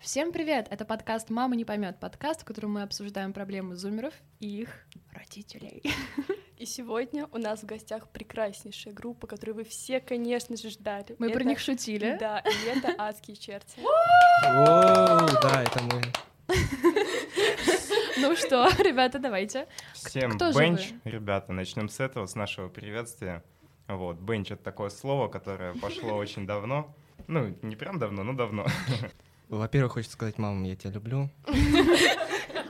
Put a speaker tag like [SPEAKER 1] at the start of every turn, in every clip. [SPEAKER 1] Всем привет! Это подкаст «Мама не поймет», подкаст, в котором мы обсуждаем проблемы зумеров и их родителей.
[SPEAKER 2] И сегодня у нас в гостях прекраснейшая группа, которую вы все, конечно же, ждали.
[SPEAKER 1] Мы про
[SPEAKER 2] Это-
[SPEAKER 1] них шутили.
[SPEAKER 2] Да, и это адские черти.
[SPEAKER 3] Воу, да, это мы.
[SPEAKER 1] Ну что, ребята, давайте.
[SPEAKER 4] Всем
[SPEAKER 1] кто же
[SPEAKER 4] бенч,
[SPEAKER 1] вы?
[SPEAKER 4] ребята, начнем с этого, с нашего приветствия. Вот, бенч — это такое слово, которое пошло очень давно. Ну, не прям давно, но давно.
[SPEAKER 3] Во-первых, хочется сказать, мам, я тебя люблю.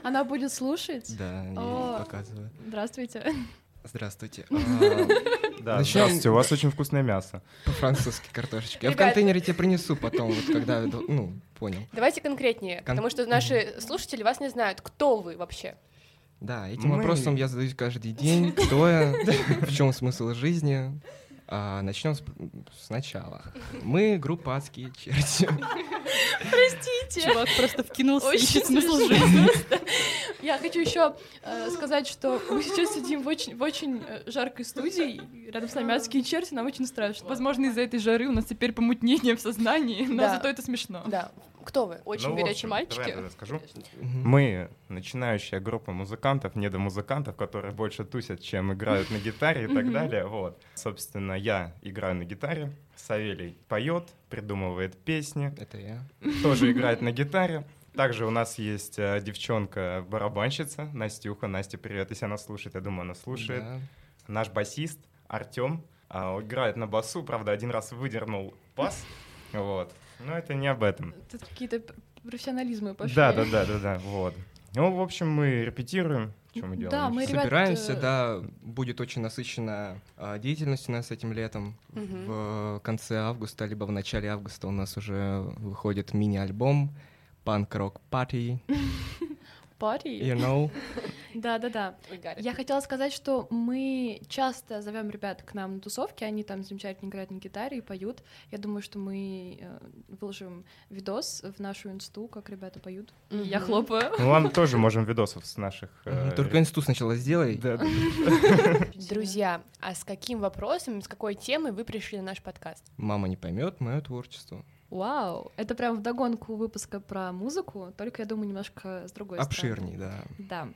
[SPEAKER 1] Она будет слушать.
[SPEAKER 3] Да,
[SPEAKER 1] О.
[SPEAKER 3] я показываю.
[SPEAKER 1] Здравствуйте.
[SPEAKER 3] Здравствуйте. А,
[SPEAKER 4] Да,
[SPEAKER 3] Начнём.
[SPEAKER 4] здравствуйте, у вас очень вкусное мясо.
[SPEAKER 3] По-французски картошечки. Я в
[SPEAKER 2] Ребят.
[SPEAKER 3] контейнере тебе принесу потом, вот когда, ну, понял.
[SPEAKER 2] Давайте конкретнее,
[SPEAKER 3] Кон-
[SPEAKER 2] потому что наши слушатели вас не знают. Кто вы вообще?
[SPEAKER 3] Да, этим
[SPEAKER 4] Мы-
[SPEAKER 3] вопросом я задаюсь каждый день. Кто я? В чем смысл жизни? начнем с, сначала. Мы группа адские черти.
[SPEAKER 5] Чувак просто вкинулся,
[SPEAKER 1] Очень
[SPEAKER 5] ищет смысл
[SPEAKER 1] смешно.
[SPEAKER 5] жизни.
[SPEAKER 1] Я хочу еще сказать, что мы сейчас сидим в очень, в очень э, жаркой студии, и рядом с нами адские черти, нам очень страшно.
[SPEAKER 5] Возможно, из-за этой жары у нас теперь помутнение в сознании, но
[SPEAKER 2] Да.
[SPEAKER 5] зато это смешно.
[SPEAKER 2] Да. Кто вы? Очень
[SPEAKER 4] Ну, в
[SPEAKER 2] горячие
[SPEAKER 4] общем, Давай я
[SPEAKER 2] мальчики.
[SPEAKER 4] тогда скажу.
[SPEAKER 3] Мгм.
[SPEAKER 4] Мы начинающая группа музыкантов, недомузыкантов, которые больше тусят, чем играют на гитаре и так
[SPEAKER 1] Мгм.
[SPEAKER 4] далее. Вот. Собственно, я играю на гитаре, Савелий поет, придумывает песни,
[SPEAKER 3] Это я.
[SPEAKER 4] тоже играет на гитаре. Также у нас есть э, девчонка-барабанщица Настюха. Настя, привет, если она слушает, я думаю, она слушает.
[SPEAKER 3] Да.
[SPEAKER 4] Наш басист Артем играет на басу, правда, один раз выдернул пас, вот. Но это не об этом.
[SPEAKER 1] Тут какие-то пр- профессионализмы пошли.
[SPEAKER 4] Да, да, да, да, да, вот. Ну, в общем, мы репетируем. Что мы делаем?
[SPEAKER 1] Да, мы
[SPEAKER 2] Ну,
[SPEAKER 4] ещё?
[SPEAKER 1] ребят,
[SPEAKER 3] Собираемся,
[SPEAKER 1] э,
[SPEAKER 3] да, будет очень насыщенная а, деятельность у нас этим летом.
[SPEAKER 2] Мгм.
[SPEAKER 3] В э, конце августа, либо в начале августа у нас уже выходит мини-альбом «Панк-рок Party,
[SPEAKER 1] Пари.
[SPEAKER 3] you know.
[SPEAKER 1] Да, да, да.
[SPEAKER 2] Ой, Гарик.
[SPEAKER 1] Я хотела сказать, что мы часто зовем ребят к нам на тусовки, они там замечательно играют на гитаре и поют. Я думаю, что мы э, выложим видос в нашу инсту, как ребята поют. И Я
[SPEAKER 2] Мгм.
[SPEAKER 1] хлопаю.
[SPEAKER 4] Ну, вам тоже можем видосов с наших... э,
[SPEAKER 3] Только инсту сначала сделай.
[SPEAKER 4] Да, да,
[SPEAKER 2] Друзья, а с каким вопросом, с какой темой вы пришли на наш подкаст?
[SPEAKER 3] Мама не поймет мое творчество.
[SPEAKER 1] Вау! Это прям вдогонку выпуска про музыку, только, я думаю, немножко с другой стороны.
[SPEAKER 3] Обширней, да.
[SPEAKER 1] Да.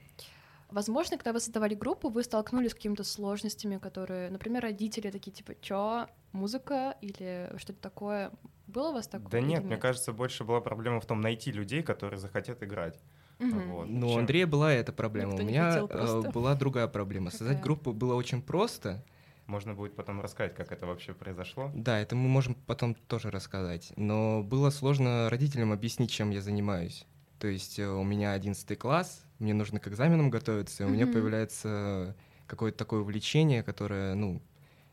[SPEAKER 1] Возможно, когда вы создавали группу, вы столкнулись с какими-то сложностями, которые, например, родители такие типа, чё, музыка или что-то такое. Было у вас такое?
[SPEAKER 4] Да
[SPEAKER 1] или
[SPEAKER 4] нет, мне кажется, больше была проблема в том найти людей, которые захотят играть.
[SPEAKER 1] Мгм.
[SPEAKER 4] Вот.
[SPEAKER 3] Но у
[SPEAKER 4] Чем-
[SPEAKER 3] Андрея была эта проблема.
[SPEAKER 2] Никто
[SPEAKER 3] у
[SPEAKER 2] не
[SPEAKER 3] меня
[SPEAKER 2] хотел
[SPEAKER 3] э,
[SPEAKER 2] просто.
[SPEAKER 3] была другая проблема. Создать
[SPEAKER 1] Какая?
[SPEAKER 3] группу было очень просто.
[SPEAKER 4] Можно будет потом рассказать, как это вообще произошло.
[SPEAKER 3] Да, это мы можем потом тоже рассказать. Но было сложно родителям объяснить, чем я занимаюсь. То есть э, у меня 11 класс, мне нужно к экзаменам готовиться, и у меня
[SPEAKER 1] Мгм.
[SPEAKER 3] появляется какое-то такое увлечение, которое, ну,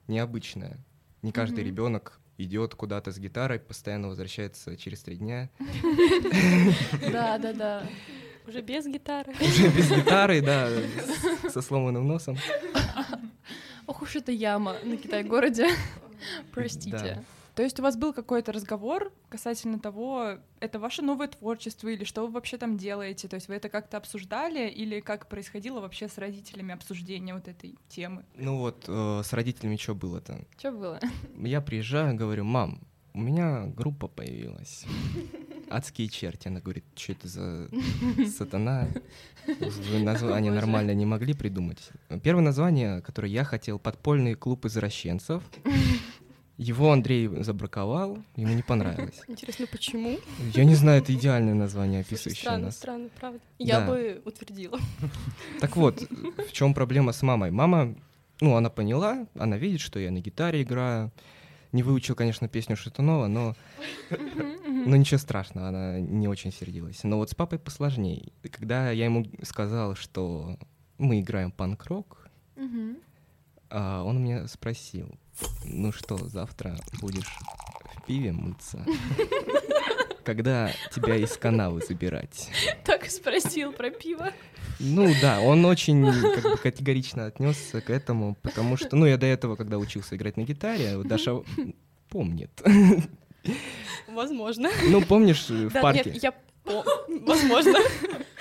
[SPEAKER 3] необычное. Не каждый
[SPEAKER 1] Мгм.
[SPEAKER 3] ребенок идет куда-то с гитарой, постоянно возвращается через три дня.
[SPEAKER 1] Да, да, да.
[SPEAKER 5] Уже без гитары.
[SPEAKER 3] Уже без гитары, да, с- со сломанным носом.
[SPEAKER 1] Ох уж эта яма на Китай-городе. Простите.
[SPEAKER 5] То есть у вас был какой-то разговор касательно того, это ваше новое творчество или что вы вообще там делаете? То есть вы это как-то обсуждали или как происходило вообще с родителями обсуждение вот этой темы?
[SPEAKER 3] Ну вот, э, с родителями что было-то?
[SPEAKER 1] Что было?
[SPEAKER 3] Я приезжаю, говорю, мам, у меня группа появилась. Адские черти. Она говорит, что это за сатана? Вы название
[SPEAKER 1] Боже.
[SPEAKER 3] нормально не могли придумать. Первое название, которое я хотел, «Подпольный клуб извращенцев». Его Андрей забраковал, ему не понравилось.
[SPEAKER 2] Интересно, почему?
[SPEAKER 3] Я не знаю, это идеальное название, описывающее
[SPEAKER 2] Странно,
[SPEAKER 3] нас.
[SPEAKER 2] странно, правда.
[SPEAKER 3] Я
[SPEAKER 2] Я
[SPEAKER 3] Да.
[SPEAKER 2] бы утвердила.
[SPEAKER 3] Так вот, в чем проблема с мамой? Мама, ну, она поняла, она видит, что я на гитаре играю. Не выучил, конечно, песню Шатунова, но Ну ничего страшного, она не очень сердилась. Но вот с папой посложнее. И Когда я ему сказал, что мы играем панк-рок,
[SPEAKER 1] Мгм.
[SPEAKER 3] а, он меня спросил, ну что, завтра будешь в пиве мыться? Когда тебя из канавы забирать?
[SPEAKER 1] Так и спросил про пиво.
[SPEAKER 3] Ну да, он очень как бы, категорично отнесся к этому, потому что, ну я до этого, когда учился играть на гитаре, вот Даша помнит.
[SPEAKER 2] Возможно.
[SPEAKER 3] Ну помнишь э, в
[SPEAKER 2] Да,
[SPEAKER 3] парке?
[SPEAKER 2] нет, я... О, Возможно.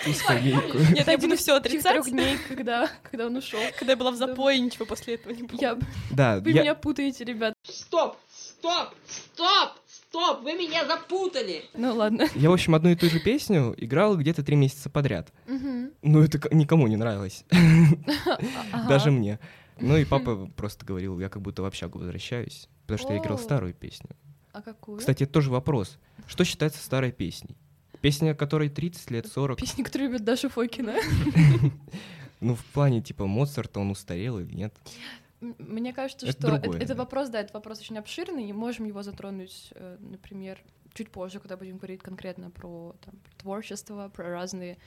[SPEAKER 3] Узкую линейку?
[SPEAKER 2] Нет, я буду все отрицать.
[SPEAKER 1] трех дней, когда, когда он ушел.
[SPEAKER 2] Когда я была в запое, ничего после этого не помню.
[SPEAKER 1] Я,
[SPEAKER 3] Да,
[SPEAKER 1] вы
[SPEAKER 3] я-
[SPEAKER 1] меня путаете, ребят.
[SPEAKER 6] Стоп! Стоп! Стоп! Стоп, вы меня запутали!
[SPEAKER 1] Ну ладно.
[SPEAKER 3] Я, в общем, одну и ту же песню играл где-то три месяца подряд. Ну, это к- никому не нравилось, даже мне. Ну и папа просто говорил, я как будто в общагу возвращаюсь, потому что я играл
[SPEAKER 1] О.
[SPEAKER 3] старую песню.
[SPEAKER 1] А какую?
[SPEAKER 3] Кстати, это тоже вопрос. Что считается старой песней? Песня, которой 30 лет, 40.
[SPEAKER 1] Песни, которые любят Даша Фокина.
[SPEAKER 3] Ну, в плане, типа, Моцарта, он устарел или нет?
[SPEAKER 1] М- Мне кажется,
[SPEAKER 3] Это
[SPEAKER 1] что это,
[SPEAKER 3] другое,
[SPEAKER 1] это
[SPEAKER 3] да.
[SPEAKER 1] вопрос, да, это вопрос очень обширный, и можем его затронуть, э, например, чуть позже, когда будем говорить конкретно про, там, про творчество, про разные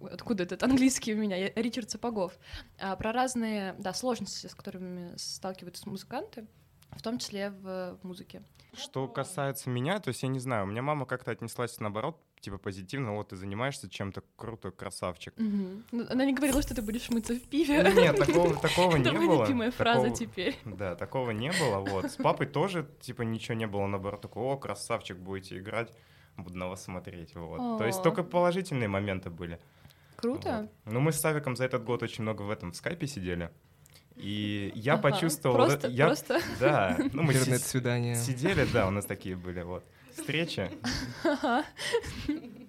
[SPEAKER 1] Ой, откуда этот английский у меня, Я- Ричард Сапогов, А, про разные, да, сложности, с которыми сталкиваются музыканты, в том числе в, в музыке.
[SPEAKER 4] Что касается меня, то есть я не знаю, у меня мама как-то отнеслась наоборот, типа позитивно, вот ты занимаешься чем-то круто, красавчик.
[SPEAKER 1] Мгм. Ну, Она не говорила, что ты будешь мыться в пиве.
[SPEAKER 4] Ну, Нет, такого, такого не
[SPEAKER 1] Это моя
[SPEAKER 4] было.
[SPEAKER 1] любимая фраза
[SPEAKER 4] Такого-
[SPEAKER 1] теперь.
[SPEAKER 4] Да, такого не было, вот. С папой тоже, типа, ничего не было, наоборот, такого, о, красавчик, будете играть, буду на вас смотреть, вот. То
[SPEAKER 1] О.
[SPEAKER 4] есть только положительные моменты были.
[SPEAKER 1] Круто.
[SPEAKER 4] Вот. Ну, мы с Савиком за этот год очень много в этом в скайпе сидели, и я
[SPEAKER 1] Ага.
[SPEAKER 4] почувствовал... вот
[SPEAKER 1] Просто,
[SPEAKER 4] это- я-
[SPEAKER 1] просто.
[SPEAKER 4] Да, ну мы си-
[SPEAKER 3] Интернет-свидание.
[SPEAKER 4] сидели, да, у нас такие были, вот. Встречи,
[SPEAKER 1] Ага.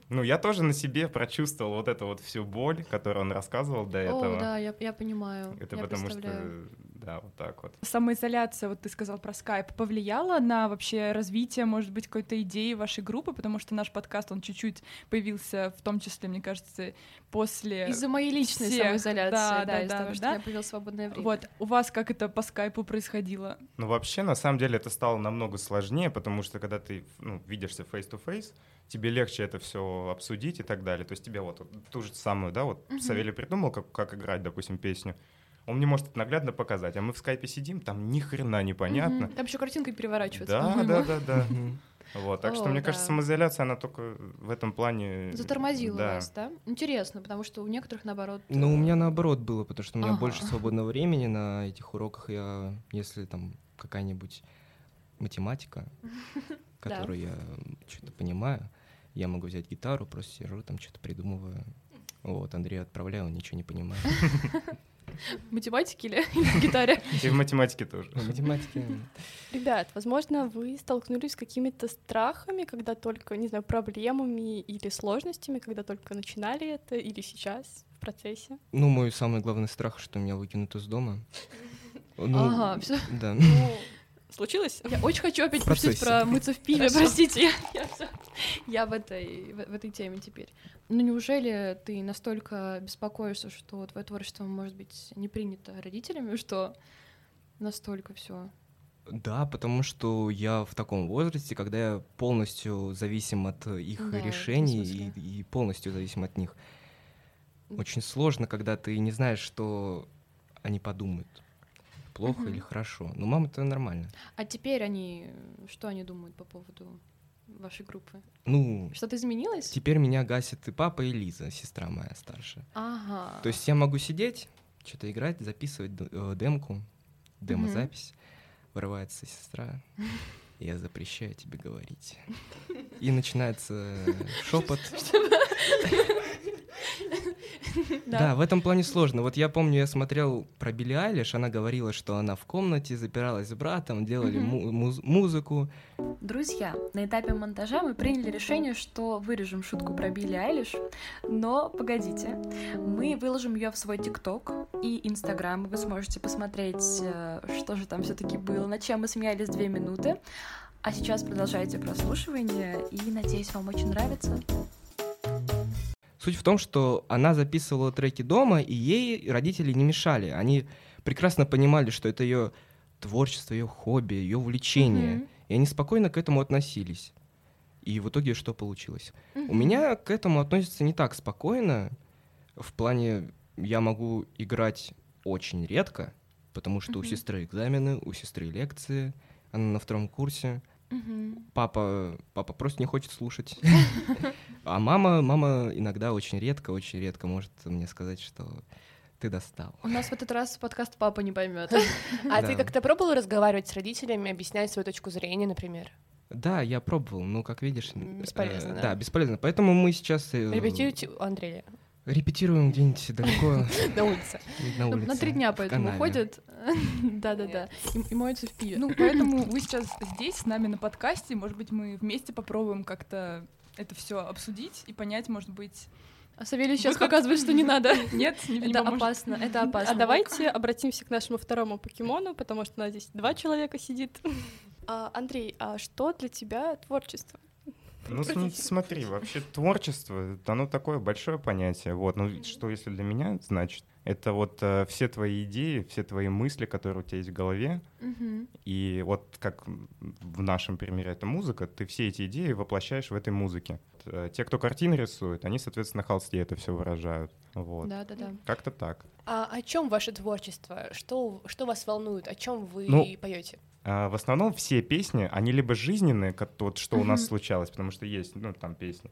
[SPEAKER 4] Ну, я тоже на себе прочувствовал вот эту вот всю боль, которую он рассказывал до этого.
[SPEAKER 1] О, да, я, я понимаю.
[SPEAKER 4] Это
[SPEAKER 1] я
[SPEAKER 4] потому
[SPEAKER 1] представляю.
[SPEAKER 4] что, да, вот так вот.
[SPEAKER 5] Самоизоляция, вот ты сказал про скайп, повлияла на вообще развитие, может быть, какой-то идеи вашей группы, потому что наш подкаст, он чуть-чуть появился, в том числе, мне кажется, после...
[SPEAKER 1] Из-за моей личной
[SPEAKER 5] Э, всех,
[SPEAKER 1] самоизоляции, да,
[SPEAKER 5] да, да,
[SPEAKER 1] из-за
[SPEAKER 5] да,
[SPEAKER 1] того, что
[SPEAKER 5] да.
[SPEAKER 1] я провел свободное время.
[SPEAKER 5] Вот, у вас как это по скайпу происходило?
[SPEAKER 4] Ну, вообще, на самом деле, это стало намного сложнее, потому что, когда ты ну, видишься face-to-face, тебе легче это все обсудить и так далее. То есть тебе вот ту же самую, да, вот
[SPEAKER 1] Мгм.
[SPEAKER 4] Савелий придумал, как, как играть, допустим, песню. Он мне может это наглядно показать, а мы в скайпе сидим, там ни хрена непонятно.
[SPEAKER 1] Мгм. Там еще картинкой переворачивается,
[SPEAKER 4] Да,
[SPEAKER 1] по-моему.
[SPEAKER 4] да, да, да.
[SPEAKER 3] Мгм.
[SPEAKER 4] Вот, так
[SPEAKER 1] О,
[SPEAKER 4] что, мне
[SPEAKER 1] да.
[SPEAKER 4] кажется, самоизоляция, она только в этом плане...
[SPEAKER 1] Затормозила
[SPEAKER 4] да.
[SPEAKER 1] вас, да? Интересно, потому что у некоторых наоборот.
[SPEAKER 3] Ну, у
[SPEAKER 1] э,
[SPEAKER 3] меня наоборот было, потому что у меня
[SPEAKER 1] Ага.
[SPEAKER 3] больше свободного времени на этих уроках. Я, если там какая-нибудь математика, которую я что-то понимаю, я могу взять гитару, просто сижу, там что-то придумываю. Вот, Андрею отправляю, он ничего не понимает.
[SPEAKER 1] математики или или гитаре.
[SPEAKER 4] И в математике тоже.
[SPEAKER 3] Математики.
[SPEAKER 2] Ребят, возможно, вы столкнулись с какими-то страхами, когда только, не знаю, проблемами или сложностями, когда только начинали это или сейчас в процессе.
[SPEAKER 3] Ну, мой самый главный страх, что меня выкинут из дома. Ну,
[SPEAKER 1] Ага, всё.
[SPEAKER 3] Да.
[SPEAKER 2] Ну, случилось?
[SPEAKER 1] Я очень хочу опять пошутить
[SPEAKER 3] процессе.
[SPEAKER 1] про мыться в пиве,
[SPEAKER 2] Хорошо.
[SPEAKER 1] простите. я- я всё- Я в этой, в в этой теме теперь. Ну неужели ты настолько беспокоишься, что твое творчество может быть не принято родителями, что настолько все?
[SPEAKER 3] Да, потому что я в таком возрасте, когда я полностью зависим от э, их
[SPEAKER 1] Да, в этом
[SPEAKER 3] решений
[SPEAKER 1] смысле.
[SPEAKER 3] и, и полностью зависим от них.
[SPEAKER 1] М.
[SPEAKER 3] Очень сложно, когда ты не знаешь, что они подумают. Плохо
[SPEAKER 1] Мгм.
[SPEAKER 3] или хорошо. Но мама-то нормально.
[SPEAKER 1] А теперь они, что они думают по поводу вашей группы?
[SPEAKER 3] Ну,
[SPEAKER 1] Что-то изменилось?
[SPEAKER 3] теперь меня гасит и папа, и Лиза, сестра моя старшая.
[SPEAKER 1] Ага.
[SPEAKER 3] То есть я могу сидеть, что-то играть, записывать д- э, демку, демозапись. Вырывается сестра. Я запрещаю тебе говорить. И начинается э, шепот. Да, в этом плане сложно. Вот я помню, я смотрел про Билли Айлиш, она говорила, что она в комнате запиралась с братом, делали
[SPEAKER 1] Мгм.
[SPEAKER 3] му- муз- музыку.
[SPEAKER 7] Друзья, на этапе монтажа мы приняли решение, что вырежем шутку про Билли Айлиш, но погодите, мы выложим ее в свой ТикТок и Инстаграм, и вы сможете посмотреть, э, что же там все-таки было, над чем мы смеялись две минуты. А сейчас продолжайте прослушивание, и надеюсь, вам очень нравится.
[SPEAKER 3] Суть в том, что она записывала треки дома, и ей родители не мешали. Они прекрасно понимали, что это ее творчество, ее хобби, ее увлечение.
[SPEAKER 1] Мгм.
[SPEAKER 3] И они спокойно к этому относились. И в итоге что получилось? У
[SPEAKER 1] Мгм.
[SPEAKER 3] меня к этому относятся не так спокойно. В плане, я могу играть очень редко, потому что у
[SPEAKER 1] Мгм.
[SPEAKER 3] сестры экзамены, у сестры лекции, она на втором курсе.
[SPEAKER 1] Мгм.
[SPEAKER 3] Папа, папа просто не хочет слушать. А мама, мама иногда очень редко, очень редко может мне сказать, что ты достал.
[SPEAKER 1] У нас в этот раз подкаст папа не поймет.
[SPEAKER 3] Да.
[SPEAKER 8] А ты как-то пробовала разговаривать с родителями, объяснять свою точку зрения, например?
[SPEAKER 3] Да, я пробовал, но, как видишь... н-
[SPEAKER 8] Бесполезно,
[SPEAKER 3] э,
[SPEAKER 8] да?
[SPEAKER 3] Да, бесполезно. Поэтому мы сейчас... э,
[SPEAKER 8] Репетируйте у Андрея.
[SPEAKER 3] Репетируем где-нибудь далеко
[SPEAKER 8] на улице.
[SPEAKER 3] на
[SPEAKER 1] Ну,
[SPEAKER 3] улице.
[SPEAKER 1] На три дня
[SPEAKER 3] в
[SPEAKER 1] поэтому
[SPEAKER 3] канаве.
[SPEAKER 1] уходят. Да-да-да. И- И моются в пиве.
[SPEAKER 5] Ну, поэтому вы сейчас здесь с нами на подкасте. Может быть, мы вместе попробуем как-то это все обсудить и понять, может быть...
[SPEAKER 1] А Савелий сейчас
[SPEAKER 5] выход-
[SPEAKER 1] показывает, что не надо.
[SPEAKER 5] Нет, не, не
[SPEAKER 1] Это
[SPEAKER 5] поможет.
[SPEAKER 1] опасно, это опасно.
[SPEAKER 2] А давайте обратимся к нашему второму покемону, потому что у нас здесь два человека сидит. А, Андрей, а что для тебя творчество?
[SPEAKER 4] Ну, см- смотри, вообще творчество, это оно такое большое понятие. Вот, ну и что если для меня значит? Это вот э, все твои идеи, все твои мысли, которые у тебя есть в голове,
[SPEAKER 1] Мгм.
[SPEAKER 4] и вот как м, в нашем примере это музыка, ты все эти идеи воплощаешь в этой музыке. Э, Те, кто картины рисует, они, соответственно, на холсте это все выражают. Вот.
[SPEAKER 1] Да-да-да.
[SPEAKER 4] Как-то так.
[SPEAKER 8] А о чем ваше творчество? Что, что вас волнует? О чем вы
[SPEAKER 4] Ну,
[SPEAKER 8] поете?
[SPEAKER 4] А, В основном все песни, они либо жизненные, как тот, что у нас
[SPEAKER 1] Мгм.
[SPEAKER 4] случалось, потому что есть, ну, там песни.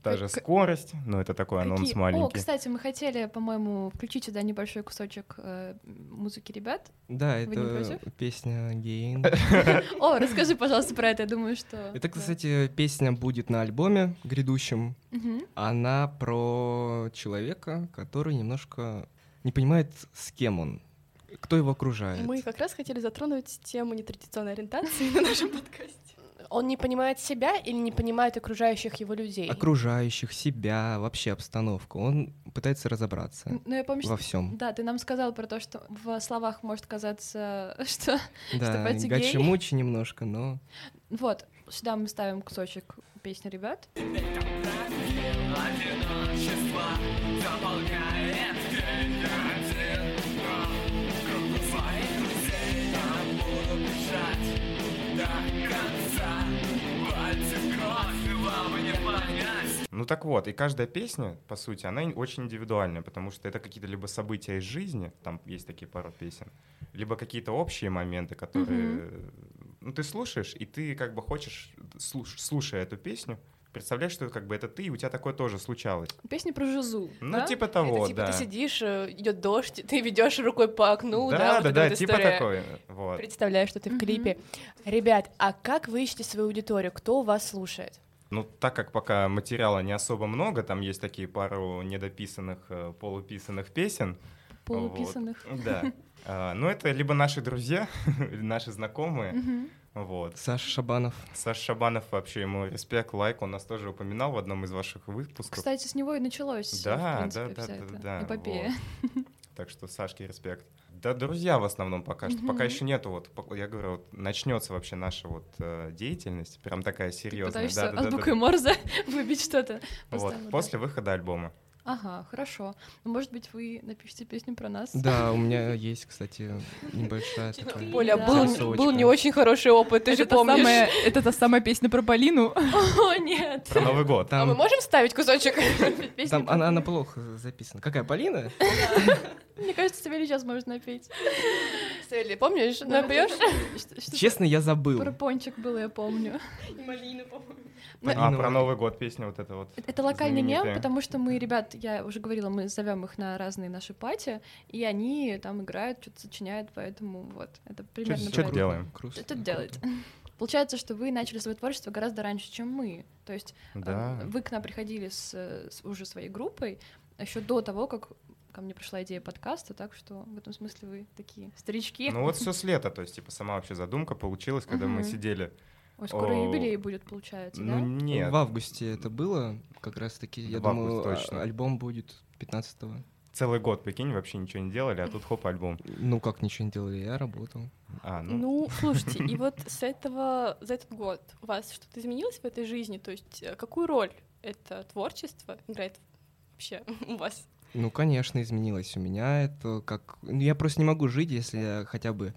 [SPEAKER 4] Та
[SPEAKER 1] Как-
[SPEAKER 4] же скорость, но это такой анонс
[SPEAKER 1] Какие- О,
[SPEAKER 4] маленький.
[SPEAKER 1] кстати, мы хотели, по-моему, включить сюда небольшой кусочек э, музыки ребят.
[SPEAKER 3] Да,
[SPEAKER 1] Вы не
[SPEAKER 3] это песня Гейн.
[SPEAKER 1] О, расскажи, пожалуйста, про это. Я думаю, что... да.
[SPEAKER 3] Это, кстати, песня будет на альбоме грядущем.
[SPEAKER 1] Мгм.
[SPEAKER 3] Она про человека, который немножко не понимает, с кем он, кто его окружает.
[SPEAKER 2] Мы как раз хотели затронуть тему нетрадиционной ориентации на нашем подкасте.
[SPEAKER 8] Он не понимает себя или не понимает окружающих его людей?
[SPEAKER 3] Окружающих, себя, вообще обстановку. Он пытается разобраться
[SPEAKER 1] Ну, я помню,
[SPEAKER 3] во
[SPEAKER 1] что...
[SPEAKER 3] всем.
[SPEAKER 1] Да, ты нам сказал про то, что в словах может казаться, что...
[SPEAKER 3] Да,
[SPEAKER 1] Что, Пати гей?
[SPEAKER 3] гачи-мучи немножко, но...
[SPEAKER 1] Вот, сюда мы ставим кусочек песни ребят.
[SPEAKER 4] Ну так вот, и каждая песня, по сути, она ин- очень индивидуальная, потому что это какие-то либо события из жизни, там есть такие пару песен, либо какие-то общие моменты, которые... Ну ты слушаешь, и ты как бы хочешь, слуш- слушая эту песню, представляешь, что как бы это ты, и у тебя такое тоже случалось.
[SPEAKER 1] Песня про Жизу.
[SPEAKER 4] Ну
[SPEAKER 1] да?
[SPEAKER 4] типа
[SPEAKER 8] Это
[SPEAKER 4] того, да.
[SPEAKER 8] типа ты сидишь, идет дождь, ты ведешь рукой по окну, да,
[SPEAKER 4] да,
[SPEAKER 8] вот
[SPEAKER 4] да,
[SPEAKER 8] эта
[SPEAKER 4] да,
[SPEAKER 8] вот
[SPEAKER 4] типа
[SPEAKER 8] история.
[SPEAKER 4] такой. Вот.
[SPEAKER 8] Представляю, что ты в
[SPEAKER 1] Мгм.
[SPEAKER 8] клипе. Ребят, а как вы ищете свою аудиторию? Кто вас слушает?
[SPEAKER 4] Ну, так как пока материала не особо много, там есть такие пару недописанных, э, полуписанных песен,
[SPEAKER 1] Полуписанных.
[SPEAKER 4] Да. А, Ну, это либо наши друзья, или наши знакомые.
[SPEAKER 1] Мгм.
[SPEAKER 4] Вот.
[SPEAKER 3] Саша Шабанов.
[SPEAKER 4] Саша Шабанов вообще ему респект, лайк. Он нас тоже упоминал в одном из ваших выпусков.
[SPEAKER 1] Кстати, с него и началось,
[SPEAKER 4] Да,
[SPEAKER 1] в принципе,
[SPEAKER 4] да, да,
[SPEAKER 1] вся
[SPEAKER 4] да,
[SPEAKER 1] эта
[SPEAKER 4] да,
[SPEAKER 1] эпопея.
[SPEAKER 4] Так что Сашке респект. Да, друзья в основном пока что. Пока
[SPEAKER 1] Мгм.
[SPEAKER 4] еще нету, вот, пок- я говорю, вот, начнется вообще наша вот э, деятельность, прям такая
[SPEAKER 1] Ты
[SPEAKER 4] серьезная.
[SPEAKER 1] пытаешься
[SPEAKER 4] Да, да,
[SPEAKER 1] от
[SPEAKER 4] да,
[SPEAKER 1] буквы
[SPEAKER 4] да.
[SPEAKER 1] Морзе выбить что-то.
[SPEAKER 4] Вот,
[SPEAKER 1] постоянно, да.
[SPEAKER 4] после выхода альбома.
[SPEAKER 1] Ага, хорошо. Ну, Может быть, вы напишите песню про нас?
[SPEAKER 3] Да, у меня есть, кстати, небольшая такая...
[SPEAKER 8] Поля,
[SPEAKER 1] Да.
[SPEAKER 8] был,
[SPEAKER 3] Зарисовочка.
[SPEAKER 8] был не очень хороший опыт, ты же
[SPEAKER 5] Это та
[SPEAKER 8] помнишь.
[SPEAKER 5] самая- это та самая песня про Полину.
[SPEAKER 1] О, нет!
[SPEAKER 4] Про Новый год.
[SPEAKER 8] А мы
[SPEAKER 3] Там,
[SPEAKER 8] можем ставить кусочек?
[SPEAKER 1] Песня
[SPEAKER 3] там
[SPEAKER 1] про-
[SPEAKER 3] она, она плохо записана. Какая, Полина?
[SPEAKER 1] Мне кажется, тебе сейчас можно напеть.
[SPEAKER 8] Сэлли, помнишь? Напоешь?
[SPEAKER 1] Что- что-то
[SPEAKER 3] Честно, я забыл.
[SPEAKER 1] Про пончик было, я помню.
[SPEAKER 4] А,
[SPEAKER 3] Полина
[SPEAKER 4] про
[SPEAKER 3] вот.
[SPEAKER 4] Новый год песня вот эта вот.
[SPEAKER 1] Это локальный мем,
[SPEAKER 4] Знаменитая.
[SPEAKER 1] потому что мы, ребят, я уже говорила, мы зовем их на разные наши пати, и они там играют, что-то сочиняют, поэтому вот, это примерно
[SPEAKER 4] Чё-
[SPEAKER 1] про
[SPEAKER 4] чё
[SPEAKER 1] это.
[SPEAKER 4] ты делаем.
[SPEAKER 3] Круто. Ну,
[SPEAKER 1] Что-то делает. Получается, что вы начали свое творчество гораздо раньше, чем мы. То есть э,
[SPEAKER 4] Да.
[SPEAKER 1] вы к нам приходили с, э, с уже своей группой еще до того, как ко мне пришла идея подкаста, так что в этом смысле вы такие старички.
[SPEAKER 4] Ну вот все с лета, то есть, типа, сама вообще задумка получилась, когда мы
[SPEAKER 1] Мгм. А
[SPEAKER 4] сидели.
[SPEAKER 1] Ой, скоро
[SPEAKER 4] о,
[SPEAKER 1] юбилей будет, получается,
[SPEAKER 4] Ну,
[SPEAKER 1] да?
[SPEAKER 4] нет.
[SPEAKER 3] В августе это было, как раз-таки, я
[SPEAKER 4] В
[SPEAKER 3] думаю,
[SPEAKER 4] августе
[SPEAKER 3] а-
[SPEAKER 4] точно.
[SPEAKER 3] альбом будет 15-го.
[SPEAKER 4] Целый год, прикинь, вообще ничего не делали, а тут хоп, альбом.
[SPEAKER 3] Ну как, ничего не делали, я работал.
[SPEAKER 4] А, ну,
[SPEAKER 2] Ну, слушайте, и вот с этого, за этот год у вас что-то изменилось в этой жизни? То есть э, какую роль это творчество играет вообще у вас?
[SPEAKER 3] Ну, конечно, изменилось у меня это как... ну, я просто не могу жить, если я хотя бы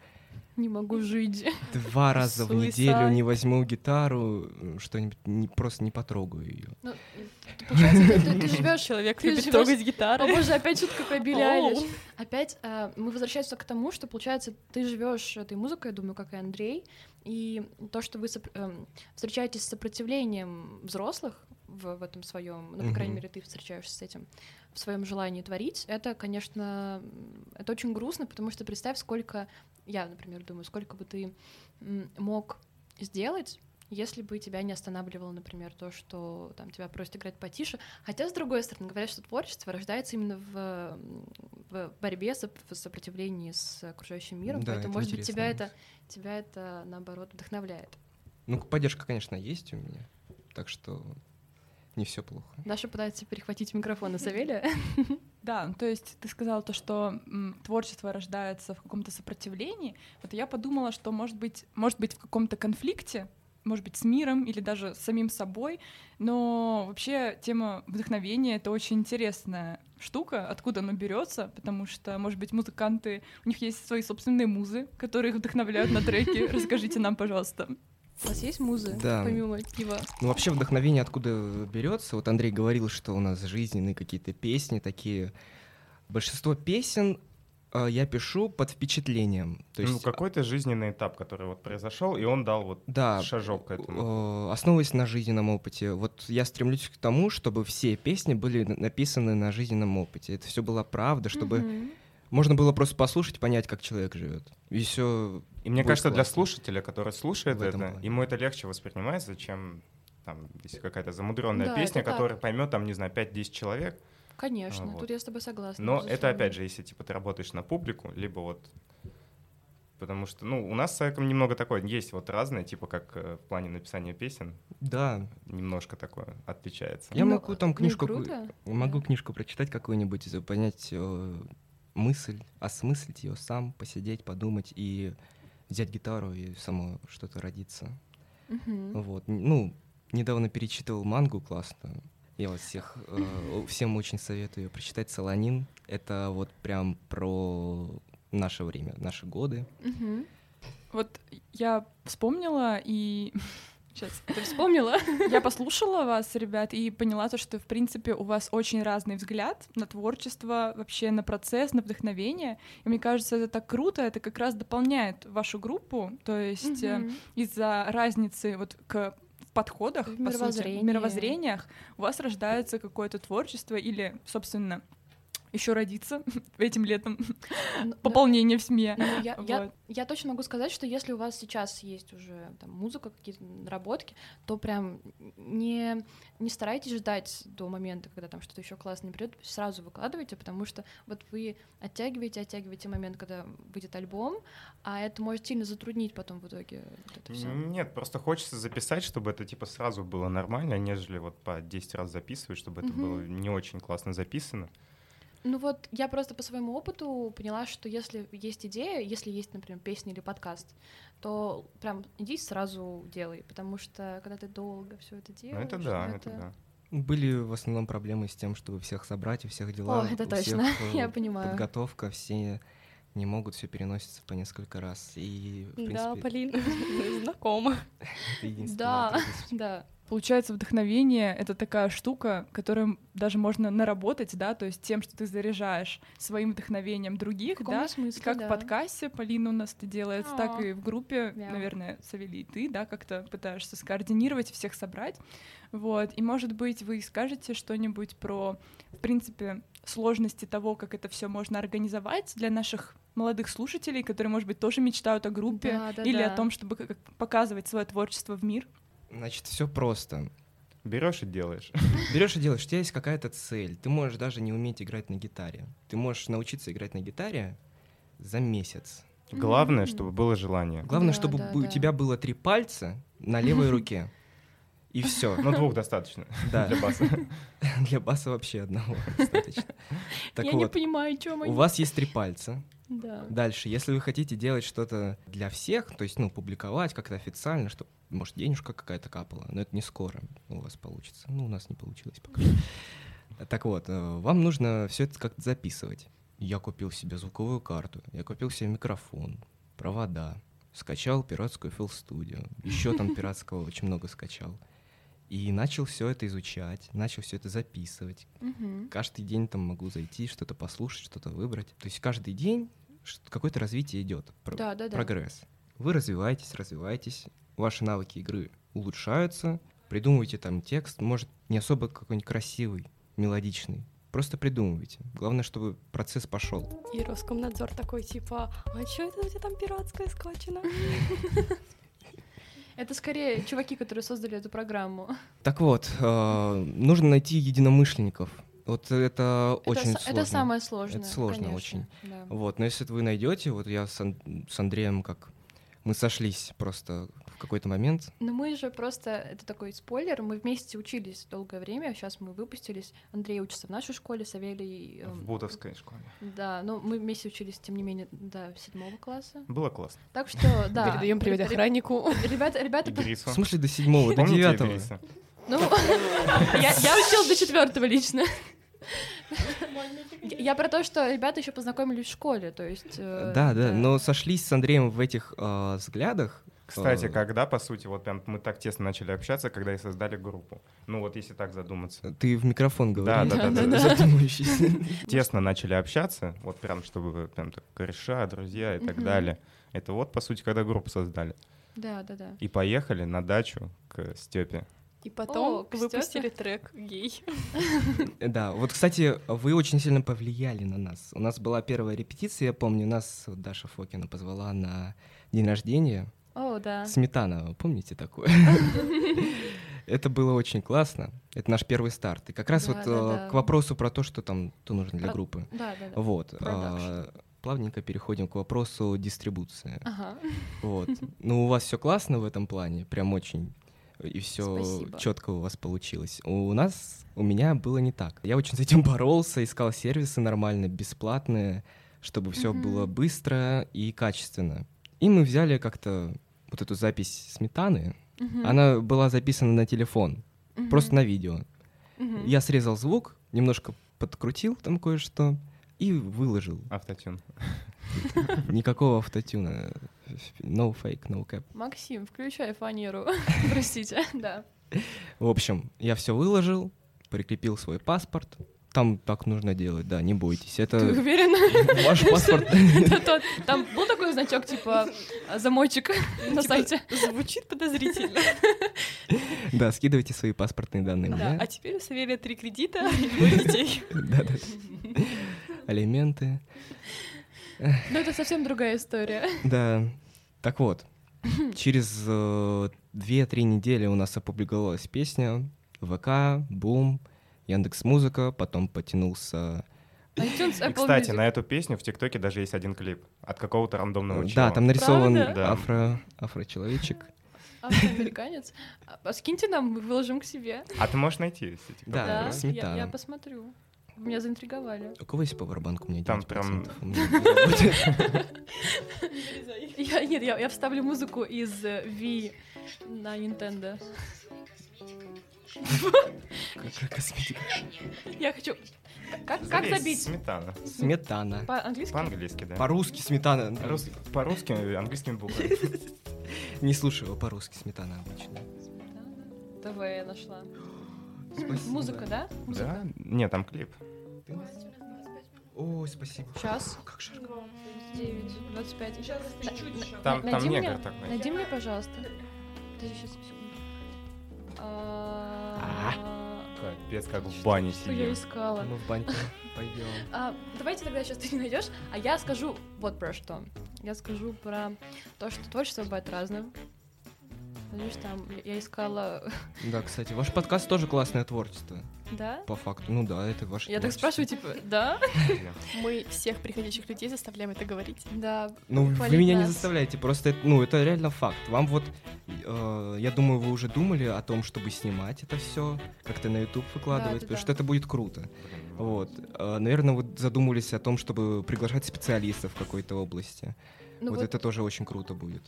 [SPEAKER 1] Не могу жить.
[SPEAKER 3] два раза в
[SPEAKER 2] Suicide.
[SPEAKER 3] неделю не возьму гитару, э, что-нибудь не- просто не потрогаю ее.
[SPEAKER 1] Ну, ты, получается, ты- ты живешь
[SPEAKER 2] Человек
[SPEAKER 1] Ты
[SPEAKER 2] любит
[SPEAKER 1] живёшь-
[SPEAKER 2] трогать
[SPEAKER 1] О
[SPEAKER 2] гитары.
[SPEAKER 1] боже, опять шутка про Билли
[SPEAKER 2] Оу.
[SPEAKER 1] Айлиш. Опять э, мы возвращаемся к тому, что, получается, ты живешь этой музыкой, я думаю, как и Андрей, и то, что вы соп- эм, встречаетесь с сопротивлением взрослых в, в этом своем, ну, по
[SPEAKER 3] Мгм.
[SPEAKER 1] крайней мере, ты встречаешься с этим в своем желании творить, это, конечно, м, это очень грустно, потому что представь, сколько, я, например, думаю, сколько бы ты м, мог сделать, если бы тебя не останавливало, например, то, что там тебя просят играть потише. Хотя, с другой стороны, говорят, что творчество рождается именно в, в борьбе, со- в сопротивлении с окружающим миром,
[SPEAKER 3] Да,
[SPEAKER 1] поэтому,
[SPEAKER 3] это
[SPEAKER 1] может быть,
[SPEAKER 3] интересная
[SPEAKER 1] тебя
[SPEAKER 3] мысль.
[SPEAKER 1] это, тебя это, наоборот, вдохновляет.
[SPEAKER 3] Ну, поддержка, конечно, есть у меня, так что не все плохо.
[SPEAKER 1] Даша пытается перехватить микрофон у Савелия.
[SPEAKER 5] Да, ну, то есть ты сказала то, что м, творчество рождается в каком-то сопротивлении. Вот я подумала, что может быть, может быть в каком-то конфликте, может быть с миром или даже с самим собой. Но вообще тема вдохновения это очень интересная штука, откуда оно берется, потому что, может быть, музыканты у них есть свои собственные музы, которые их вдохновляют на треки. Расскажите нам, пожалуйста.
[SPEAKER 1] У вас есть музы,
[SPEAKER 3] Да.
[SPEAKER 1] помимо пива?
[SPEAKER 3] Ну, вообще вдохновение откуда берется? Вот Андрей говорил, что у нас жизненные какие-то песни такие. Большинство песен э, я пишу под впечатлением. То есть,
[SPEAKER 4] ну, какой-то жизненный этап, который вот произошел, и он дал вот
[SPEAKER 3] да,
[SPEAKER 4] шажок к этому.
[SPEAKER 3] э, основываясь на жизненном опыте. Вот я стремлюсь к тому, чтобы все песни были на- написаны на жизненном опыте. Это все была правда, чтобы
[SPEAKER 1] Мгм.
[SPEAKER 3] можно было просто послушать, понять, как человек живет. И все.
[SPEAKER 4] И мне
[SPEAKER 3] будет
[SPEAKER 4] кажется, для
[SPEAKER 3] классно.
[SPEAKER 4] слушателя, который слушает
[SPEAKER 3] В этом
[SPEAKER 4] это,
[SPEAKER 3] плане.
[SPEAKER 4] ему это легче воспринимается, чем там, если какая-то замудренная
[SPEAKER 1] Да,
[SPEAKER 4] песня,
[SPEAKER 1] это так.
[SPEAKER 4] которая поймет, там, не знаю, 5-10 человек.
[SPEAKER 3] А,
[SPEAKER 1] Конечно,
[SPEAKER 4] Вот.
[SPEAKER 1] тут я с тобой согласна.
[SPEAKER 4] Но это,
[SPEAKER 1] безусловно.
[SPEAKER 4] опять же, если, типа, ты работаешь на публику, либо вот... Потому что, ну, у нас с Айком немного такое. Есть вот разное, типа, как э, в плане написания песен,
[SPEAKER 3] Да.
[SPEAKER 4] немножко такое отличается.
[SPEAKER 3] Я
[SPEAKER 1] Ну,
[SPEAKER 3] могу там
[SPEAKER 1] ну и
[SPEAKER 3] книжку, ку-
[SPEAKER 1] круто.
[SPEAKER 3] могу книжку прочитать какую-нибудь, за- понять э, мысль, осмыслить ее сам, посидеть, подумать и взять гитару и само что-то родиться.
[SPEAKER 1] Мгм.
[SPEAKER 3] Вот. Н- Ну, недавно перечитывал мангу классно. Я вот всех, э, всем очень советую её прочитать «Солонин». Это вот прям про наше время, наши годы.
[SPEAKER 1] Мгм.
[SPEAKER 5] Вот я вспомнила и сейчас
[SPEAKER 1] Ты вспомнила?
[SPEAKER 5] Я послушала вас, ребят, и поняла то, что, в принципе, у вас очень разный взгляд на творчество, вообще на процесс, на вдохновение. И мне кажется, это так круто, это как раз дополняет вашу группу, то есть э,
[SPEAKER 1] Мгм.
[SPEAKER 5] из-за разницы вот к в подходах,
[SPEAKER 1] В
[SPEAKER 5] по сути,
[SPEAKER 1] мировоззрении.
[SPEAKER 5] в мировоззрениях у вас рождается какое-то творчество или, собственно, еще родится этим летом
[SPEAKER 1] Ну, да.
[SPEAKER 5] пополнение в семье.
[SPEAKER 1] Ну, я, я,
[SPEAKER 5] Вот.
[SPEAKER 1] я точно могу сказать, что если у вас сейчас есть уже там, музыка, какие-то наработки, то прям не, не старайтесь ждать до момента, когда там что-то еще классное придет, сразу выкладывайте, потому что вот вы оттягиваете, оттягиваете момент, когда выйдет альбом, а это может сильно затруднить потом в итоге вот это все.
[SPEAKER 4] Нет, просто хочется записать, чтобы это типа сразу было нормально, нежели вот по 10 раз записывать, чтобы это
[SPEAKER 1] Мгм.
[SPEAKER 4] было не очень классно записано.
[SPEAKER 1] Ну вот я просто по своему опыту поняла, что если есть идея, если есть, например, песня или подкаст, то прям иди сразу делай, потому что когда ты долго все это
[SPEAKER 4] Ну
[SPEAKER 1] делаешь,
[SPEAKER 4] это да,
[SPEAKER 1] ну,
[SPEAKER 4] это да.
[SPEAKER 3] Были в основном проблемы с тем, чтобы всех собрать, у всех дела.
[SPEAKER 1] О, это
[SPEAKER 3] у
[SPEAKER 1] точно,
[SPEAKER 3] всех, э,
[SPEAKER 1] я понимаю.
[SPEAKER 3] Подготовка, все не могут, все переносится по несколько раз. И, в принципе,
[SPEAKER 2] Да, Полин, знакома.
[SPEAKER 3] это единственная
[SPEAKER 1] Да.
[SPEAKER 3] трудность.
[SPEAKER 1] Да.
[SPEAKER 5] Получается, вдохновение — это такая штука, которую даже можно наработать, да, то есть тем, что ты заряжаешь своим вдохновением других, да,
[SPEAKER 1] смысле,
[SPEAKER 5] как
[SPEAKER 1] да.
[SPEAKER 5] в подкасте Полина у нас это делает, так
[SPEAKER 1] А.
[SPEAKER 5] и в группе,
[SPEAKER 1] Да.
[SPEAKER 5] наверное, Савелий, и ты, да, как-то пытаешься скоординировать, всех собрать, вот, и, может быть, вы скажете что-нибудь про, в принципе, сложности того, как это все можно организовать для наших молодых слушателей, которые, может быть, тоже мечтают о группе
[SPEAKER 1] Да, да,
[SPEAKER 5] или
[SPEAKER 1] да.
[SPEAKER 5] о том, чтобы как- показывать свое творчество в мир.
[SPEAKER 3] Значит, все просто.
[SPEAKER 4] Берешь и делаешь.
[SPEAKER 3] Берешь и делаешь, у тебя есть какая-то цель. Ты можешь даже не уметь играть на гитаре. Ты можешь научиться играть на гитаре за месяц.
[SPEAKER 4] Главное,
[SPEAKER 1] Мгм.
[SPEAKER 4] чтобы было желание.
[SPEAKER 3] Главное,
[SPEAKER 1] Да,
[SPEAKER 3] чтобы
[SPEAKER 1] да,
[SPEAKER 3] бы- у
[SPEAKER 1] да.
[SPEAKER 3] тебя было три пальца на левой руке. И все.
[SPEAKER 4] Ну, двух достаточно
[SPEAKER 3] Да,
[SPEAKER 4] для баса.
[SPEAKER 3] для баса вообще одного достаточно. Так
[SPEAKER 1] Я не
[SPEAKER 3] вот,
[SPEAKER 1] понимаю, о чем они.
[SPEAKER 3] у вас есть три пальца.
[SPEAKER 1] Да.
[SPEAKER 3] Дальше, если вы хотите делать что-то для всех, то есть, ну, публиковать как-то официально, чтобы, может, денежка какая-то капала, но это не скоро у вас получится. Ну, у нас не получилось пока что. Так вот, э, вам нужно все это как-то записывать. Я купил себе звуковую карту, я купил себе микрофон, провода, скачал пиратскую FL Studio, еще там пиратского очень много скачал. И начал все это изучать, начал все это записывать,
[SPEAKER 1] Мгм.
[SPEAKER 3] каждый день там могу зайти, что-то послушать, что-то выбрать. То есть каждый день ш- какое-то развитие идет, про-
[SPEAKER 1] Да, да, да.
[SPEAKER 3] прогресс. Вы развиваетесь, развиваетесь, ваши навыки игры улучшаются, придумывайте там текст, может, не особо какой-нибудь красивый, мелодичный. Просто придумывайте. Главное, чтобы процесс пошел.
[SPEAKER 2] И Роскомнадзор такой, типа, а что это у тебя там пиратское скачано?
[SPEAKER 1] Это скорее чуваки, которые создали эту программу.
[SPEAKER 3] Так вот, э, нужно найти единомышленников. Вот это, очень
[SPEAKER 1] это, с-
[SPEAKER 3] сложно.
[SPEAKER 1] это самое сложное.
[SPEAKER 3] Это сложно
[SPEAKER 1] конечно,
[SPEAKER 3] очень.
[SPEAKER 1] да.
[SPEAKER 3] Вот, но если это вы найдете, вот я с, Ан- с Андреем как мы сошлись просто в какой-то момент.
[SPEAKER 1] Но мы же просто, это такой спойлер, мы вместе учились долгое время, сейчас мы выпустились. Андрей учится в нашей школе, Савелий... эм,
[SPEAKER 4] В Бутовской школе.
[SPEAKER 1] Да, но мы вместе учились, тем не менее, до седьмого класса.
[SPEAKER 4] Было классно.
[SPEAKER 1] Так что, да.
[SPEAKER 8] Передаем привет
[SPEAKER 1] ре-
[SPEAKER 8] охраннику.
[SPEAKER 1] Ребята, ребята, по-
[SPEAKER 3] В
[SPEAKER 4] Идрису.
[SPEAKER 3] смысле до седьмого, до
[SPEAKER 4] Помните
[SPEAKER 3] девятого?
[SPEAKER 4] Идриса?
[SPEAKER 1] ну, я, я учила до четвертого лично. Я я про то, что ребята еще познакомились в школе, то есть... э,
[SPEAKER 3] Да, ну, да,
[SPEAKER 1] это-
[SPEAKER 3] но сошлись с Андреем в этих э, взглядах.
[SPEAKER 4] Кстати,
[SPEAKER 3] Э,
[SPEAKER 4] когда, по сути, вот прям мы так тесно начали общаться, когда и создали группу. Ну вот если так задуматься.
[SPEAKER 3] Ты в микрофон говоришь.
[SPEAKER 4] Да, да, да, да, да.
[SPEAKER 3] Задумающийся.
[SPEAKER 4] Тесно начали общаться, вот прям чтобы прям так кореша, друзья и так
[SPEAKER 1] Мгм.
[SPEAKER 4] далее. Это вот, по сути, когда группу создали.
[SPEAKER 1] Да, да, да.
[SPEAKER 4] И поехали на дачу к Степе.
[SPEAKER 8] И потом
[SPEAKER 1] О, кстати.
[SPEAKER 8] выпустили трек «Гей».
[SPEAKER 3] Да, вот, кстати, вы очень сильно повлияли на нас. У нас была первая репетиция, я помню, нас вот Даша Фокина позвала на день рождения.
[SPEAKER 1] О, да.
[SPEAKER 3] Сметана, помните такое? Это было очень классно. Это наш первый старт. И как раз
[SPEAKER 1] Да,
[SPEAKER 3] вот
[SPEAKER 1] да,
[SPEAKER 3] э,
[SPEAKER 1] да.
[SPEAKER 3] к вопросу про то, что там то нужно для
[SPEAKER 1] Про-
[SPEAKER 3] группы.
[SPEAKER 1] Да, да, да.
[SPEAKER 3] Вот.
[SPEAKER 1] Продакшн.
[SPEAKER 3] а, Плавненько переходим к вопросу дистрибуции.
[SPEAKER 1] Ага.
[SPEAKER 3] Вот. Ну, у вас все классно в этом плане, прям очень. И все
[SPEAKER 1] Спасибо.
[SPEAKER 3] четко у вас получилось. У нас, у меня было не так. Я очень с этим боролся, искал сервисы нормальные, бесплатные, чтобы все
[SPEAKER 1] Мгм.
[SPEAKER 3] было быстро и качественно. И мы взяли как-то вот эту запись сметаны.
[SPEAKER 1] Мгм.
[SPEAKER 3] Она была записана на телефон,
[SPEAKER 1] Мгм.
[SPEAKER 3] просто на видео.
[SPEAKER 1] Мгм.
[SPEAKER 3] Я срезал звук, немножко подкрутил там кое-что и выложил.
[SPEAKER 4] Автотюн.
[SPEAKER 3] Никакого автотюна. No fake, no cap.
[SPEAKER 1] Максим, включай фанеру. Простите, да.
[SPEAKER 3] В общем, я все выложил, прикрепил свой паспорт. Там так нужно делать, да, не бойтесь.
[SPEAKER 1] Ты
[SPEAKER 3] Это
[SPEAKER 1] уверена?
[SPEAKER 3] ваш паспорт.
[SPEAKER 1] Это тот- Там был такой значок, типа, а, замочек на сайте.
[SPEAKER 8] Ну, типа, Звучит подозрительно.
[SPEAKER 3] Да, скидывайте свои паспортные данные
[SPEAKER 8] Да, а
[SPEAKER 3] мне.
[SPEAKER 8] теперь у Савелия три кредита и двое детей.
[SPEAKER 3] Да, да. Алименты.
[SPEAKER 1] Но Ну, это совсем другая история.
[SPEAKER 3] Да. Так вот, через э, 2-3 недели у нас опубликовалась песня. ВК, Бум, Яндекс Музыка, потом потянулся.
[SPEAKER 1] iTunes,
[SPEAKER 4] И,
[SPEAKER 1] Apple
[SPEAKER 4] кстати,
[SPEAKER 1] Music.
[SPEAKER 4] на эту песню в ТикТоке даже есть один клип от какого-то рандомного чела.
[SPEAKER 3] э, Да, там нарисован
[SPEAKER 1] Правда?
[SPEAKER 4] Да.
[SPEAKER 3] афро афрочеловечек.
[SPEAKER 1] Афроамериканец. А, а скиньте нам, мы выложим к себе.
[SPEAKER 4] А ты можешь найти, если
[SPEAKER 3] Да,
[SPEAKER 4] тебе
[SPEAKER 1] Да,
[SPEAKER 4] понравится.
[SPEAKER 1] я- я,
[SPEAKER 3] сметана.
[SPEAKER 1] посмотрю. Вы Меня заинтриговали.
[SPEAKER 3] А У кого есть пауэрбанк? У меня
[SPEAKER 4] Там
[SPEAKER 3] 9%.
[SPEAKER 4] прям-
[SPEAKER 3] У меня-
[SPEAKER 1] Я, нет, я, я вставлю музыку из э, Wii на Nintendo.
[SPEAKER 3] Какая косметика.
[SPEAKER 1] Я хочу... Как, как
[SPEAKER 4] Залезь,
[SPEAKER 1] забить?
[SPEAKER 4] Сметана.
[SPEAKER 3] Сметана.
[SPEAKER 1] По-английски?
[SPEAKER 4] По-английски, да.
[SPEAKER 3] По-русски сметана.
[SPEAKER 4] Рус- По-русски, э, английскими буквами.
[SPEAKER 3] Не слушай его по-русски, сметана обычно.
[SPEAKER 1] ТВ я нашла. Музыка, да?
[SPEAKER 4] Да? Нет, там клип.
[SPEAKER 3] Ой, спасибо.
[SPEAKER 1] Час.
[SPEAKER 3] Как жарко.
[SPEAKER 1] 9, 25.
[SPEAKER 4] Там,
[SPEAKER 1] Найди
[SPEAKER 4] там
[SPEAKER 1] мне-
[SPEAKER 4] негр такой.
[SPEAKER 1] Найди мне, пожалуйста. Подожди, сейчас, секунду. А,
[SPEAKER 4] Капец, как в бане
[SPEAKER 1] Что я
[SPEAKER 4] сидим.
[SPEAKER 1] искала?
[SPEAKER 3] Мы в баньку пойдем.
[SPEAKER 1] А, давайте тогда сейчас ты не найдешь, а я скажу вот про что. Я скажу про то, что творчество бывает разным. Знаешь, там я- я искала,
[SPEAKER 3] Да, кстати, ваш подкаст тоже классное творчество.
[SPEAKER 1] да?
[SPEAKER 3] По факту. Ну да, это ваше
[SPEAKER 1] Я так спрашиваю,
[SPEAKER 3] творчество.
[SPEAKER 1] типа, да?
[SPEAKER 8] Мы всех приходящих людей заставляем это говорить.
[SPEAKER 1] Да.
[SPEAKER 3] Ну, вы
[SPEAKER 1] Хвалить
[SPEAKER 3] меня не
[SPEAKER 1] нас.
[SPEAKER 3] заставляете, просто это, ну, это реально факт. Вам вот, э, я думаю, вы уже думали о том, чтобы снимать это все, как-то на YouTube выкладывать,
[SPEAKER 1] Да, да,
[SPEAKER 3] потому
[SPEAKER 1] да.
[SPEAKER 3] что это будет круто.
[SPEAKER 4] Блин,
[SPEAKER 3] Вот. Э, наверное, вы задумались о том, чтобы приглашать специалистов в какой-то области.
[SPEAKER 1] Ну
[SPEAKER 3] вот,
[SPEAKER 1] вот,
[SPEAKER 3] это тоже очень круто будет.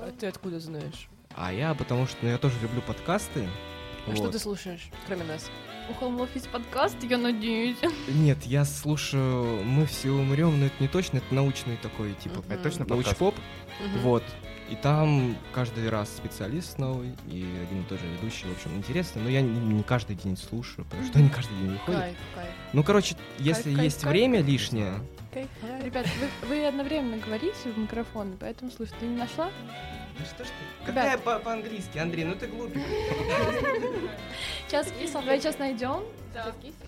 [SPEAKER 8] А ты откуда знаешь?
[SPEAKER 3] А я, потому что ну, я тоже люблю подкасты.
[SPEAKER 8] А что
[SPEAKER 3] Вот.
[SPEAKER 8] ты слушаешь, кроме нас?
[SPEAKER 1] у Home Office подкаст, я надеюсь.
[SPEAKER 3] Нет, я слушаю «Мы все умрем», но это не точно, это научный такой, типа,
[SPEAKER 8] Мгм.
[SPEAKER 4] Это точно подкаст?
[SPEAKER 3] научпоп. Вот. И там каждый раз специалист новый и один и тот же ведущий. В общем, интересно. Но я не, не каждый день слушаю, потому что они каждый день выходят.
[SPEAKER 8] Кайф, кайф.
[SPEAKER 3] Ну, короче, если
[SPEAKER 1] кайф,
[SPEAKER 3] есть
[SPEAKER 1] кайф.
[SPEAKER 3] время лишнее,
[SPEAKER 8] Кайф, кайф.
[SPEAKER 1] Ребят, вы, вы одновременно говорите в микрофон, поэтому слышно. Ты не нашла?
[SPEAKER 3] Какая по- по-английски, Андрей? Ну ты глупый.
[SPEAKER 1] Сейчас, давай сейчас найдем.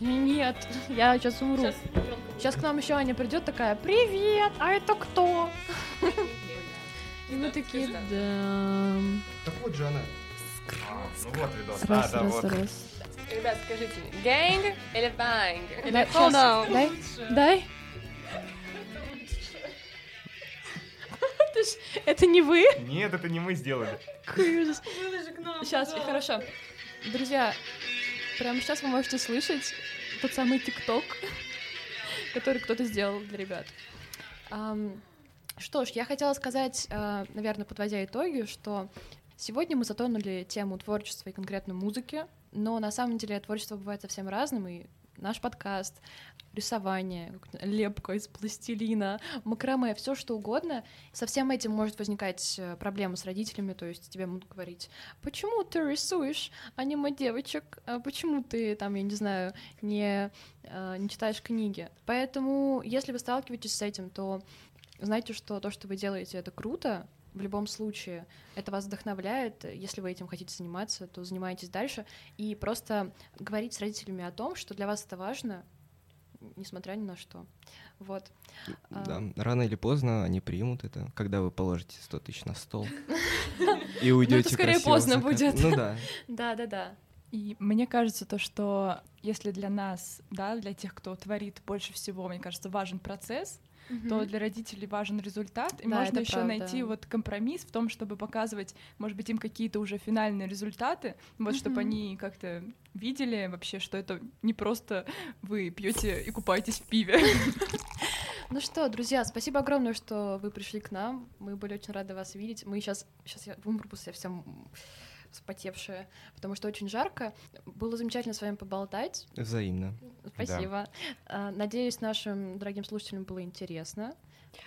[SPEAKER 1] Нет, я сейчас умру. Сейчас, к нам еще Аня придет такая, привет, а это кто? И мы такие, да.
[SPEAKER 3] Так вот же она.
[SPEAKER 4] А, ну вот видос. Да,
[SPEAKER 1] Раз,
[SPEAKER 4] да,
[SPEAKER 1] раз,
[SPEAKER 4] вот.
[SPEAKER 1] раз.
[SPEAKER 8] Ребят, скажите мне, гэнг или банг?
[SPEAKER 1] Дай, щас, дай, дай. Это ж- Это не вы?
[SPEAKER 4] Нет, это не мы сделали.
[SPEAKER 1] Какой ужас. Сейчас, хорошо. Друзья, прямо сейчас вы можете слышать тот самый ТикТок, который кто-то сделал для ребят. Ам, Что ж, я хотела сказать, а, наверное, подводя итоги, что сегодня мы затронули тему творчества и конкретно музыки, но на самом деле творчество бывает совсем разным, и наш подкаст, рисование, какая-то лепка из пластилина, макраме, все что угодно. Со всем этим может возникать э, проблема с родителями, то есть тебе будут говорить, почему ты рисуешь аниме девочек, а почему ты там, я не знаю, не, э, не читаешь книги. Поэтому, если вы сталкиваетесь с этим, то знайте, что то, что вы делаете, это круто, в любом случае, это вас вдохновляет. Если вы этим хотите заниматься, то занимайтесь дальше. И просто говорить с родителями о том, что для вас это важно, несмотря ни на что. Вот. А.
[SPEAKER 3] Да, рано или поздно они примут это, когда вы положите 100 тысяч на стол и уйдете.
[SPEAKER 1] Ну, скорее
[SPEAKER 3] красиво
[SPEAKER 1] поздно
[SPEAKER 3] закат-
[SPEAKER 1] будет.
[SPEAKER 3] Ну да.
[SPEAKER 1] Да, да, да.
[SPEAKER 5] И мне кажется, то, что если для нас, да, для тех, кто творит больше всего, мне кажется, важен процесс, то для родителей важен результат, и
[SPEAKER 1] Да,
[SPEAKER 5] можно
[SPEAKER 1] это
[SPEAKER 5] еще
[SPEAKER 1] правда.
[SPEAKER 5] найти вот компромисс в том, чтобы показывать, может быть, им какие-то уже финальные результаты, вот
[SPEAKER 1] Мгм.
[SPEAKER 5] чтобы они как-то видели вообще, что это не просто вы пьете и купаетесь в пиве.
[SPEAKER 1] Ну что, друзья, спасибо огромное, что вы пришли к нам. Мы были очень рады вас видеть. Мы сейчас, сейчас я вымру, просто я вся м, вспотевшая, потому что очень жарко. Было замечательно с вами поболтать.
[SPEAKER 3] Взаимно.
[SPEAKER 1] Спасибо. А, Надеюсь, нашим дорогим слушателям было интересно.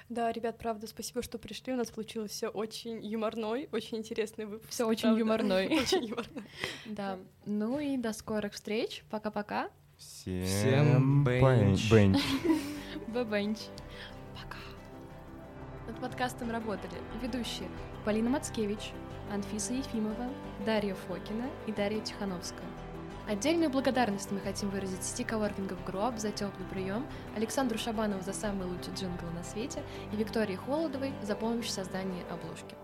[SPEAKER 2] Да, ребят, правда, спасибо, что пришли. У нас получилось все очень юморной, очень интересный выпуск.
[SPEAKER 1] Всё очень
[SPEAKER 2] правда.
[SPEAKER 1] юморной.
[SPEAKER 2] Очень юморной.
[SPEAKER 1] Да. Ну и до скорых встреч. Пока-пока.
[SPEAKER 3] Всем бенч.
[SPEAKER 4] бенч.
[SPEAKER 1] Бэбэнч. Пока. Над подкастом работали ведущие Полина Мацкевич, Анфиса Ефимова, Дарья Фокина и Дарья Тихановская. Отдельную благодарность мы хотим выразить сети коворкингов Груап за теплый прием, Александру Шабанову за самый лучший джингл на свете и Виктории Холодовой за помощь в создании обложки.